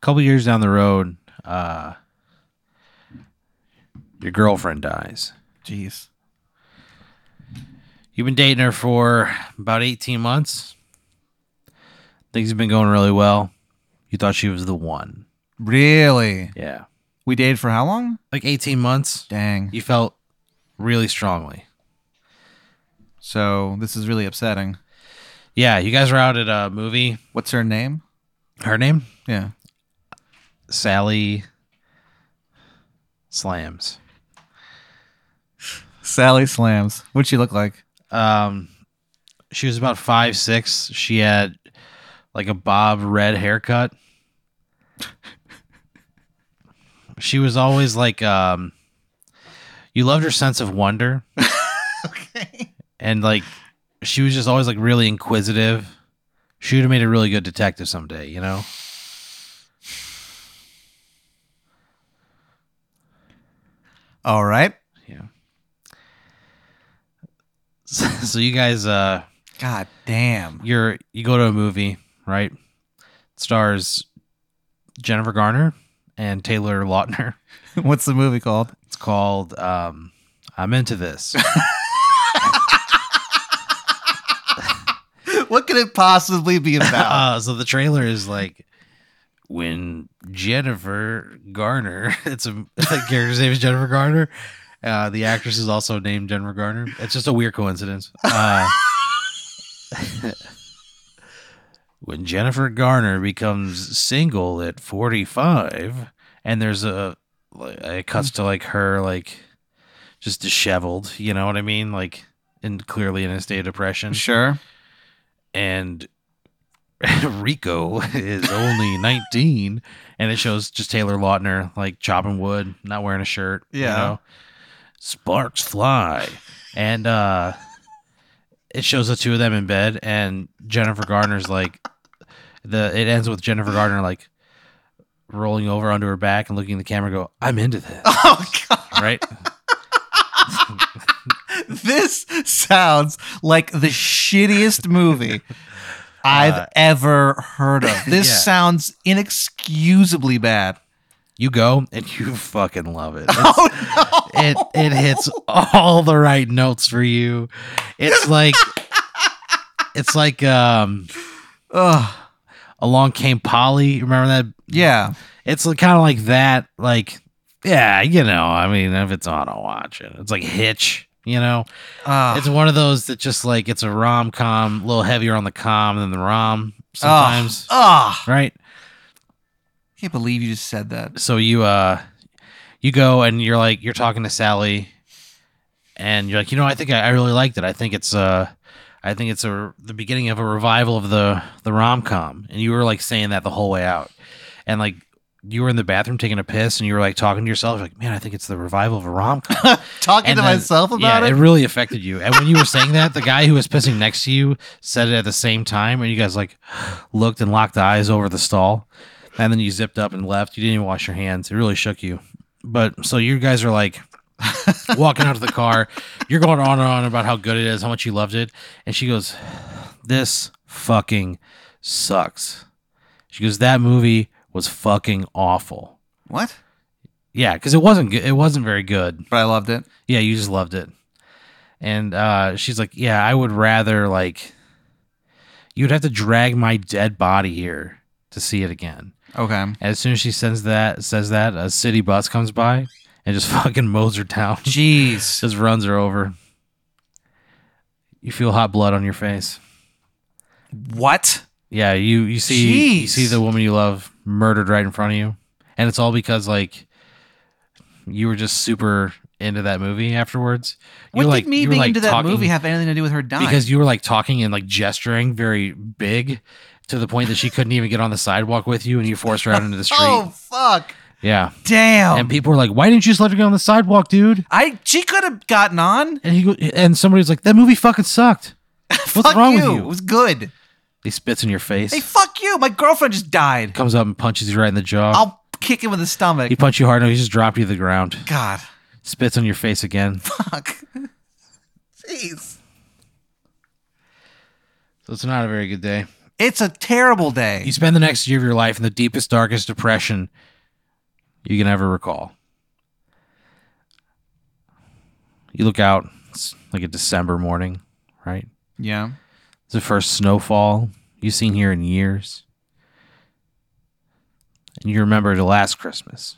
couple years down the road, uh, your girlfriend dies. Jeez. You've been dating her for about 18 months. Things have been going really well. You thought she was the one. Really? Yeah. We dated for how long? Like 18 months, Dang. you felt really strongly. So this is really upsetting. Yeah, you guys were out at a movie. What's her name? Her name? Yeah. Sally Slams. Sally Slams. What'd she look like? Um, she was about five six. She had like a bob red haircut. she was always like, um, you loved her sense of wonder, Okay. and like she was just always like really inquisitive. She would have made a really good detective someday, you know. All right. Yeah. So, so you guys, uh, God damn. you're you go to a movie, right? It stars Jennifer Garner and Taylor Lautner. What's the movie called? It's called um, "I'm Into This." What could it possibly be about? Uh, so the trailer is like when Jennifer Garner. It's a the character's name is Jennifer Garner. Uh, the actress is also named Jennifer Garner. It's just a weird coincidence. Uh, when Jennifer Garner becomes single at 45, and there's a like, it cuts to like her like just disheveled. You know what I mean? Like and clearly in a state of depression Um, sure. and Rico is only 19 and it shows just Taylor Lautner like chopping wood, not wearing a shirt, Yeah. Sparks fly. And uh it shows the two of them in bed and Jennifer Garner's like the it ends with Jennifer Garner like rolling over onto her back and looking at the camera and go, "I'm into this." Oh god. right? This sounds like the shittiest movie I've Uh, ever heard of. This yeah. sounds inexcusably bad. You go and you fucking love it. It's- Oh no. it it hits all the right notes for you. It's like it's like um Ugh. along came Polly. Remember that? Yeah. It's kind of like that. Like yeah, you know. I mean, if it's on, I'll watch it. It's like Hitch. You know, Uh, it's one of those that just like it's a rom com, a little heavier on the com than the rom sometimes, Ah. right? I can't believe you just said that. so you uh you go and you're like you're talking to Sally and you're like you know I think I, I really liked it I think it's uh I think it's a the beginning of a revival of the the rom-com and you were like saying that the whole way out and like you were in the bathroom taking a piss and you were like talking to yourself like man I think it's the revival of a rom-com Talking And to then- myself about yeah, it. really affected you and when you were saying that the guy who was pissing next to you said it at the same time and you guys like looked and locked eyes over the stall and then you zipped up and left you didn't even wash your hands it really shook you but so you guys are like walking out to the car you're going on and on about how good it is how much you loved it and she goes this fucking sucks she goes that movie was fucking awful What? yeah because it wasn't good it wasn't very good But I loved it. yeah, you just loved it. And uh, she's like, Yeah, I would rather, like, you'd have to drag my dead body here to see it again. Okay. And as soon as she sends that, says that, a city bus comes by and just fucking mows her down, Jeez. just runs her over. You feel hot blood on your face. What? Yeah, you you see you Jeez. see the woman you love murdered right in front of you, and it's all because like you were just super into that movie afterwards. You What were, did me you were, being like, into that talking- movie have anything to do with her dying? because you were like talking and like gesturing very big to the point that she couldn't even get on the sidewalk with you and you forced her out into the street. oh Um, fuck. Yeah. Damn. And people were like, "Why didn't you just let her get on the sidewalk, dude?" I she could have gotten on. And he go- and somebody was like, "That movie fucking sucked." What's fuck wrong you. with It you? was good. He spits in your face. Hey, fuck you. My girlfriend just died. comes up and punches you right in the jaw. I'll kick him in the stomach. he punched you hard enough, he just dropped you to the ground. God. Spits on your face again. Fuck. Jeez. So it's not a very good day. It's a terrible day. You spend the next year of your life in the deepest, darkest depression you can ever recall. You look out, it's like a December morning, right? yeah. It's the first snowfall you've seen here in years. And you remember the last Christmas.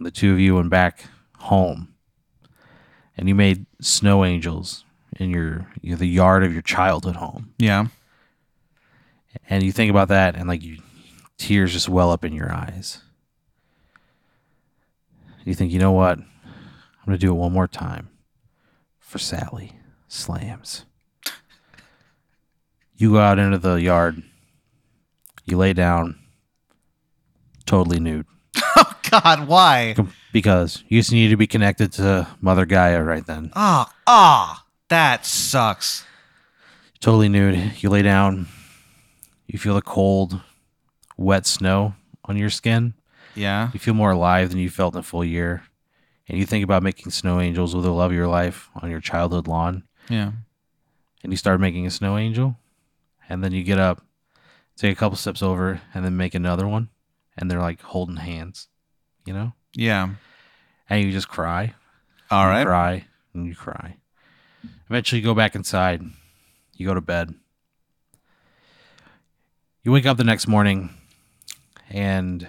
The two of you went back home. And you made snow angels in your, you know, the yard of your childhood home. Yeah. And you think about that, and like you, tears just well up in your eyes. You think, you know what? I'm gonna do it one more time for Sally Slams. You go out into the yard. You lay down, totally nude, Oh God, why? Com- because you just need to be connected to Mother Gaia right then. Ah, ah, that sucks. totally nude. You lay down. You feel the cold, wet snow on your skin. Yeah. You feel more alive than you felt in a full year. And you think about making snow angels with the love of your life on your childhood lawn. Yeah. And you start making a snow angel. And then you get up, take a couple steps over, and then make another one. And they're like holding hands, you know? Yeah. And you just cry. All You right. cry and you cry. Eventually, you go back inside. You go to bed. You wake up the next morning and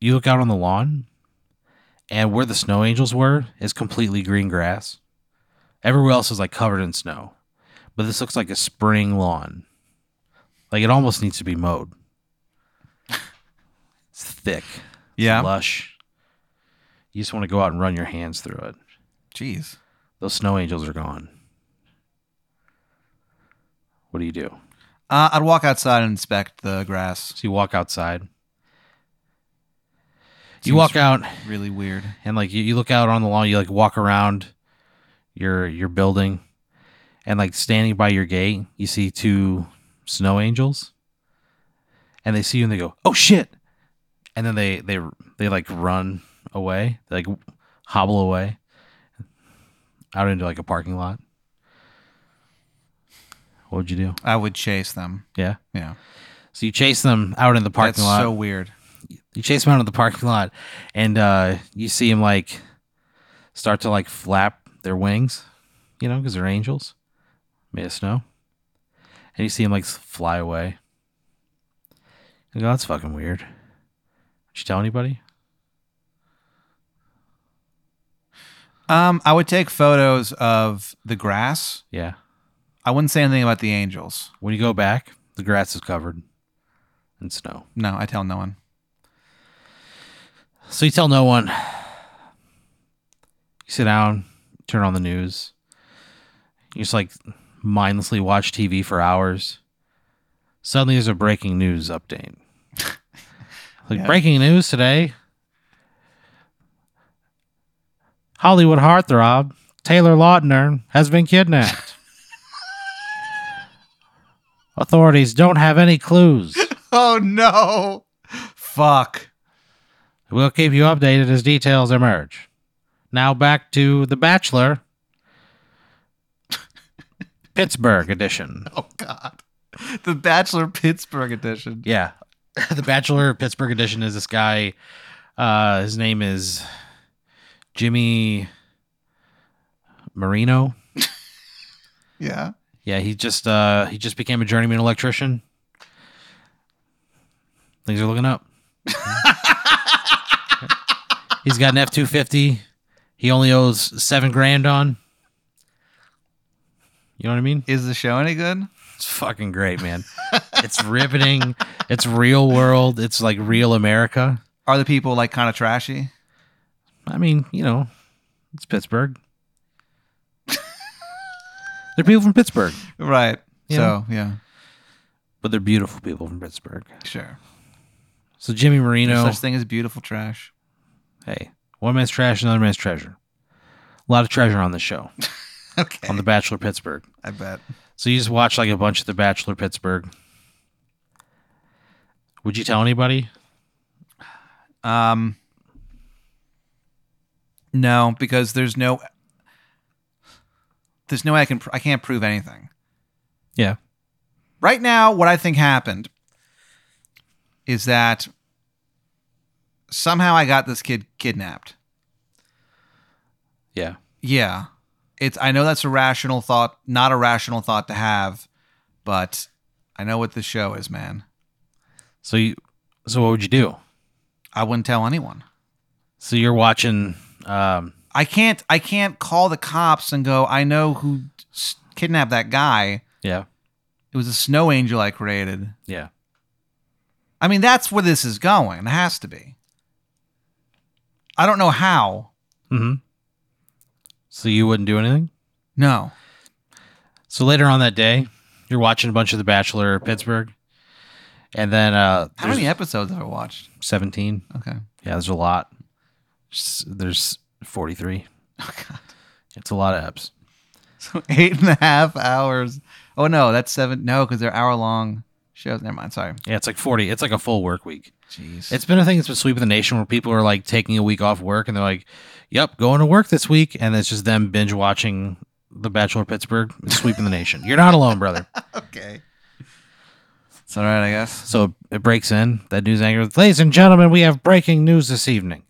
you look out on the lawn, and where the snow angels were is completely green grass. Everywhere else is like covered in snow, but this looks like a spring lawn. Like it almost needs to be mowed. it's thick, Yeah. lush. You just want to go out and run your hands through it. Jeez. Those snow angels are gone. What do you do? Uh, I'd walk outside and inspect the grass. So you walk outside. You Seems walk out Really weird. and like you, you look out on the lawn, you like walk around your your building and like standing by your gate, you see two snow angels. And they see you and they go, "Oh shit." And then they they they like run away. They like hobble away out into like a parking lot. What would you do? I would chase them. Yeah. Yeah. So you chase them out in the parking That's lot. so weird. you chase him out of the parking lot and uh, you see him like start to like flap their wings, you know, because they're angels made of snow. And you see him like s- fly away. You go, that's fucking weird. Did you tell anybody? Um, I would take photos of the grass. Yeah. I wouldn't say anything about the angels. When you go back, the grass is covered in snow. No, I tell no one. So you tell no one. You sit down, turn on the news. You just like mindlessly watch TV for hours. Suddenly there's a breaking news update. like Yeah. breaking news today. Hollywood heartthrob Taylor Lautner has been kidnapped. Authorities don't have any clues. Oh no! Fuck. We'll keep you updated as details emerge. Now back to The Bachelor, Pittsburgh edition. Oh god. The Bachelor Pittsburgh edition. Yeah. the Bachelor Pittsburgh edition is this guy. Uh, his name is Jimmy Marino. Yeah. Yeah, he just uh, he just became a journeyman electrician. Things are looking up. He's got an F two fifty. He only owes seven grand on. You know what I mean? Is the show any good? It's fucking great, man. it's riveting. It's real world. It's like real America. Are the people like kind of trashy? I mean, you know, it's Pittsburgh. they're people from Pittsburgh, Right. Yeah. So yeah. but they're beautiful people from Pittsburgh. Sure. So Jimmy There's Marino. such thing as beautiful trash. Hey, one man's trash, another man's treasure. A lot of treasure on this show, Okay. on The Bachelor Pittsburgh. I bet. So you just watch like a bunch of The Bachelor Pittsburgh. Would you tell anybody? Um No, because there's no there's no way I can pr- I can't prove anything. Yeah. Right now, what I think happened is that somehow I got this kid kidnapped. Yeah. Yeah. It's I know that's a rational thought, not a rational thought to have, but I know what this show is, man. So you, so what would you do? I wouldn't tell anyone. So you're watching. Um, I can't I can't call the cops and go, "I know who s- kidnapped that guy. yeah, It was a snow angel I created." yeah. I mean, that's where this is going. It has to be. I don't know how. Mm-hmm. So you wouldn't do anything. No. So later on that day, you're watching a bunch of The Bachelor Pittsburgh, and then uh, How there's many episodes have I watched? Seventeen. Okay. Yeah, there's a lot. S- There's forty-three. Oh God. It's a lot of eps. So eight and a half hours. Oh no, that's seven. No, because they're hour long shows. Never mind. Sorry. Yeah, it's like forty. It's like a full work week. Jeez. It's been a thing that's been sweeping the nation where people are like taking a week off work and they're like, "Yep, going to work this week," and it's just them binge watching The Bachelor Pittsburgh. It's sweeping the nation. You're not alone, brother. okay. It's all right, I guess. So it breaks in. That news anchor, ladies and gentlemen, we have breaking news this evening.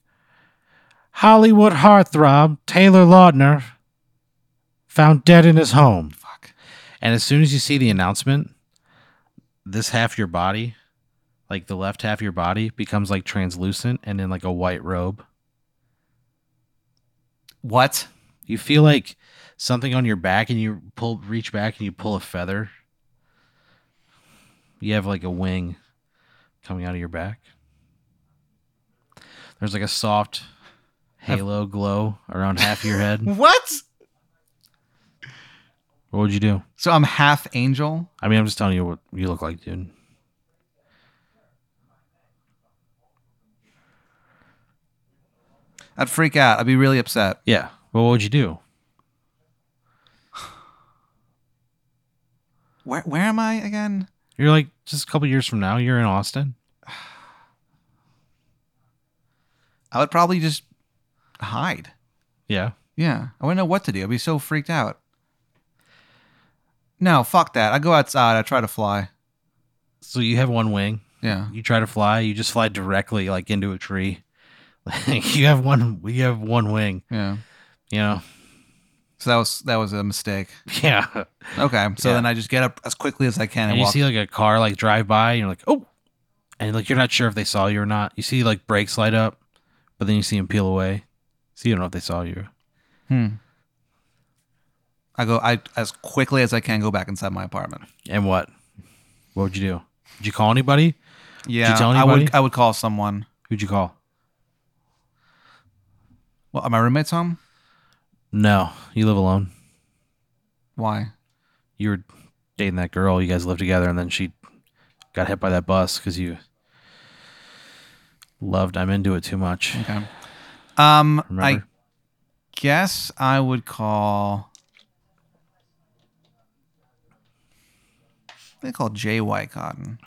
Hollywood heartthrob Taylor Lautner found dead in his home. Fuck. And as soon as you see the announcement, this half of your body, like the left half of your body, becomes like translucent and in like a white robe. What? You feel like something on your back, and you pull, reach back, and you pull a feather. You have like a wing coming out of your back. There's like a soft halo glow around half your head. What? What would you do? So I'm half angel. I mean, I'm just telling you what you look like, dude. I'd freak out. I'd be really upset. Yeah. Well, what would you do? Where Where am I again? You're like just a couple years from now. You're in Austin. I would probably just hide. Yeah. Yeah, I wouldn't know what to do. I'd be so freaked out. No, fuck that. I go outside. I try to fly. So you have one wing. Yeah. You try to fly. You just fly directly like into a tree. Like you have one. You have one wing. Yeah. You know. So that was that was a mistake. Yeah. Okay. So Yeah. then I just get up as quickly as I can and, and you walk. see like a car like drive by and you're like oh and like you're not sure if they saw you or not you see like brakes light up but then you see them peel away so you don't know if they saw you hmm. I go I as quickly as I can go back inside my apartment. and what what would you do did you call anybody Yeah. tell I would anybody? I would call someone. who'd you call Well, are my roommates home? no you live alone Why? you were dating that girl you guys lived together and then she got hit by that bus because you loved i'm into it too much Okay. Um I Remember? guess I would call I think I'll call Jay Wycotton.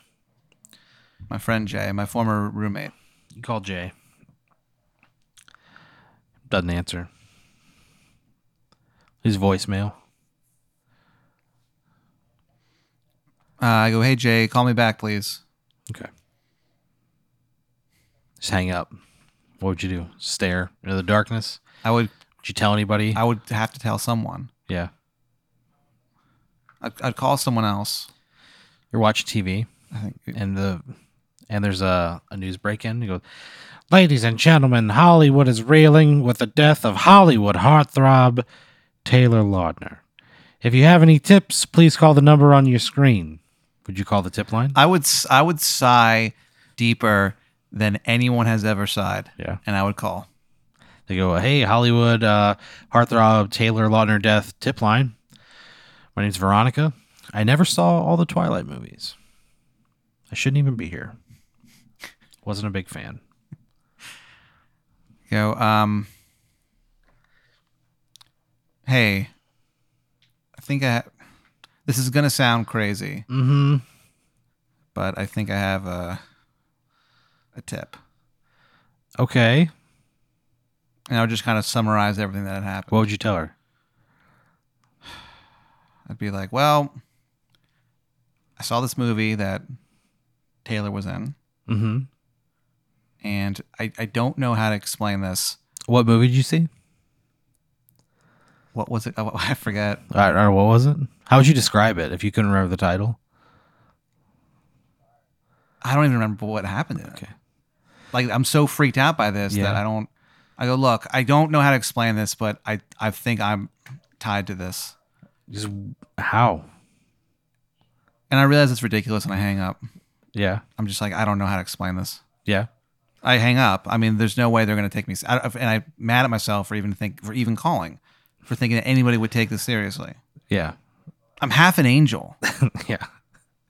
My friend Jay, my former roommate. you call jay doesn't answer his voicemail Uh, I go, hey Jay, call me back, please. Okay. Just hang up. What would you do? Stare into the darkness? I would Did you tell anybody? I would have to tell someone. yeah. I'd, I'd call someone else. You're watching TV I think. and the and there's a, a news break in. You go, Ladies and gentlemen, Hollywood is reeling with the death of Hollywood heartthrob Taylor Laudner. If you have any tips, please call the number on your screen. Would you call the tip line? I would s- I would sigh deeper than anyone has ever sighed, yeah. and I would call. They go, hey, Hollywood uh, heartthrob Taylor Lautner death tip line. My name's Veronica. I never saw all the Twilight movies. I shouldn't even be here. Wasn't a big fan. You know, um, hey, I think I. Ha- this is gonna sound crazy, Mm-hmm. but I think I have a a tip, Okay. and I would just kind of summarize everything that had happened. What would you tell her? I'd be like, well, I saw this movie that Taylor was in, Mm-hmm. and I, I don't know how to explain this. What movie did you see? What was it? Oh, I forget. Or, or what was it? How would you describe it if you couldn't remember the title? I don't even remember what happened. In Okay. It. Like I'm so freaked out by this that Yeah. I don't. I go look. I don't know how to explain this, but I I think I'm tied to this, Just how? and I realize it's ridiculous, and I hang up. Yeah. I'm just like I don't know how to explain this. Yeah. I hang up. I mean, there's no way they're going to take me. s- I, and I'm mad at myself for even think for even calling, for thinking that anybody would take this seriously. Yeah. I'm half an angel, yeah.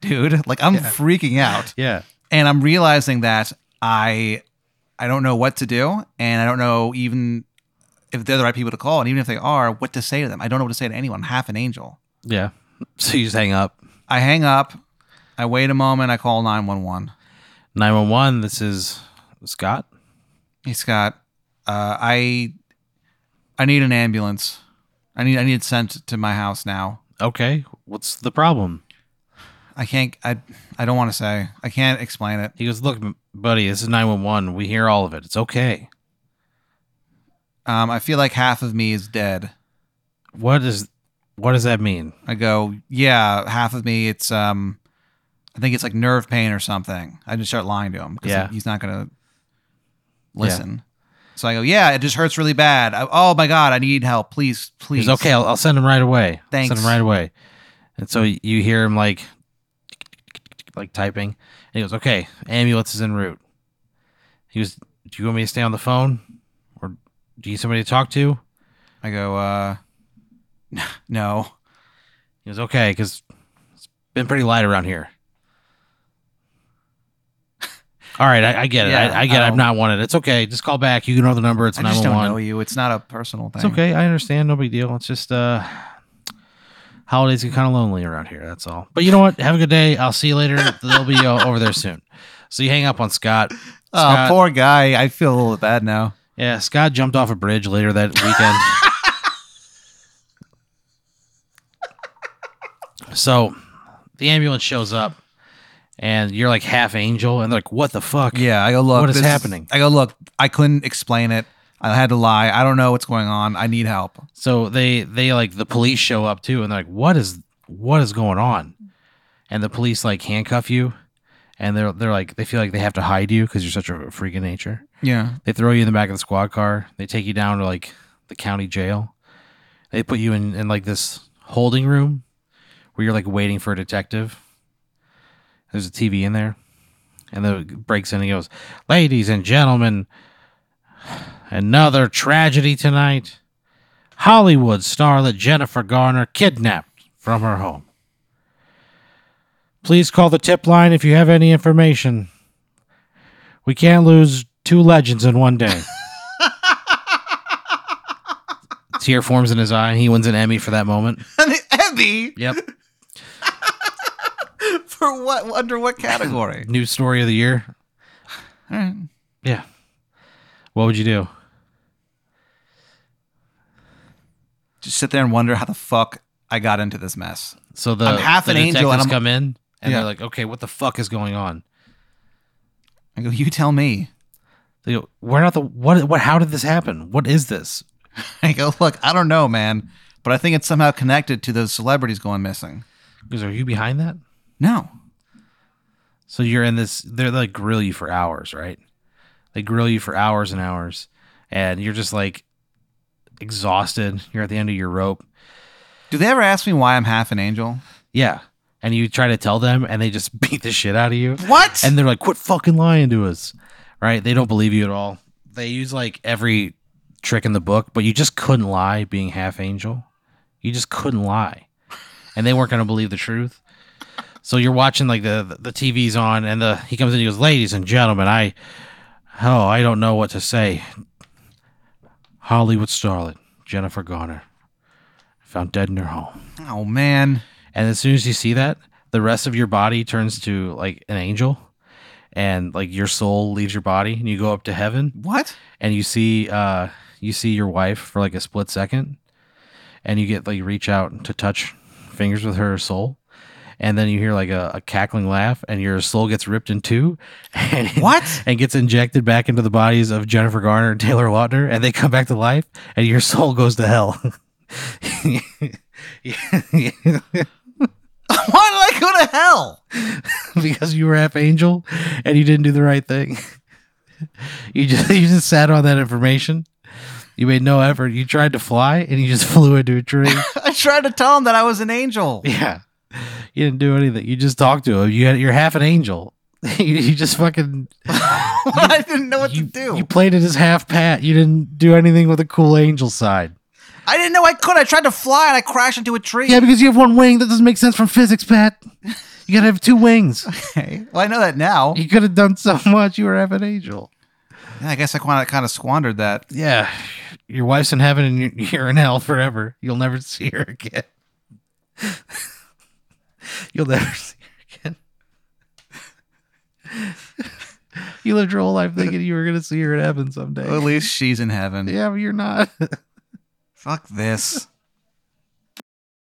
dude. Like I'm freaking out, Yeah. and I'm realizing that I, I don't know what to do, and I don't know even if they're the right people to call, and even if they are, what to say to them. I don't know what to say to anyone. I'm half an angel. Yeah. So you just hang up. I hang up. I wait a moment. I call nine one one. 911, this is Scott. Hey Scott, uh, I I need an ambulance. I need I need it sent to my house now. Okay. What's the problem? I can't. I I don't want to say. I can't explain it. He goes, Look, m- buddy, this is 911. We hear all of it. It's okay. Um, I feel like half of me is dead. What is. What does that mean? I go, yeah, half of me. It's um, I think it's like nerve pain or something. I just start lying to him because Yeah. he's not gonna listen. So I go, yeah, it just hurts really bad. I, oh my god, I need help. Please, please. He's okay. I'll, I'll send him right away. Thanks. Send him right away. And so you hear him like, like typing. And he goes, "Okay, ambulance is en route." He goes, "Do you want me to stay on the phone, or do you need somebody to talk to?" I go, uh, no. He goes, "Okay, because it's been pretty light around here." All right, I, I get it. Yeah, I, I get. it. I I'm don't- not wanted. It's okay. Just call back. You can know the number. It's I just nine don't one know one. you. It's not a personal thing. It's okay. I understand. No big deal. It's just uh, holidays get kind of lonely around here. That's all. But you know what? Have a good day. I'll see you later. They'll be uh, over there soon. So you hang up on Scott. Oh, Scott- poor guy. I feel a little bad now. Yeah, Scott jumped off a bridge later that weekend. so the ambulance shows up and you're like half angel and they're like, what the fuck? Yeah, I go look. What is this happening? I go look. I couldn't explain it. I had to lie. I don't know what's going on. I need help. So they they like the police show up too and they're like, what is what is going on? And the police like handcuff you and they're they're like they feel like they have to hide you because you're such a freak of nature. Yeah. They throw you in the back of the squad car. They take you down to like the county jail. They put you in, in like this holding room where you're like waiting for a detective. There's a TV in there. And then it breaks in and goes, Ladies and gentlemen, another tragedy tonight. Hollywood starlet Jennifer Garner kidnapped from her home. Please call the tip line if you have any information. We can't lose two legends in one day. Tear forms in his eye, and he wins an Emmy for that moment. And the Emmy Yep. for what? Under what category? New story of the year. All right. Yeah. What would you do? Just sit there and wonder how the fuck I got into this mess. So the, I'm half the an angel and detectives I'm- come in, and Yeah. they're like, "Okay, what the fuck is going on?" I go, you tell me. They go, "We're not the what? What? How did this happen? What is this?" I go, look, I don't know, man, but I think it's somehow connected to those celebrities going missing. Because are you behind that? No. So you're in this. They're like grill you for hours, right? They grill you for hours and hours, and you're just like exhausted. You're at the end of your rope. Do they ever ask me why I'm half an angel? Yeah. And you try to tell them and they just beat the shit out of you. What? And they're like, quit fucking lying to us. Right? They don't believe you at all. They use like every trick in the book, but you just couldn't lie being half angel. You just couldn't lie. And they weren't going to believe the truth. So you're watching like the the TV's on and the he comes in he goes, "Ladies and gentlemen, I oh, I don't know what to say. Hollywood starlet Jennifer Garner found dead in her home." oh man. And as soon as you see that, the rest of your body turns to like an angel and like your soul leaves your body and you go up to heaven What? and you see uh you see your wife for like a split second and you get like reach out to touch fingers with her soul and then you hear like a, a cackling laugh, and your soul gets ripped in two. And What? And gets injected back into the bodies of Jennifer Garner and Taylor Lautner, and they come back to life, and your soul goes to hell. Why did I go to hell? because you were half angel and you didn't do the right thing. you just you just sat on that information. You made no effort. You tried to fly and you just flew into a tree. I tried to tell him that I was an angel. yeah. You didn't do anything. You just talked to him. You had, you're half an angel. you, you just fucking I didn't know what you, to do. you played it as half pat. You didn't do anything with the cool angel side. I didn't know I could. I tried to fly and I crashed into a tree. Yeah, because you have one wing that doesn't make sense from physics, Pat. You gotta have two wings. Okay. Well, I know that now. You could have done so much. You were half an angel. Yeah, I guess I kind of kind of squandered that. yeah, your wife's in heaven and you're- you're in hell forever. You'll never see her again. You'll never see her again. you lived your whole life thinking you were going to see her in heaven someday. Well, at least she's in heaven. Yeah, but you're not. Fuck this.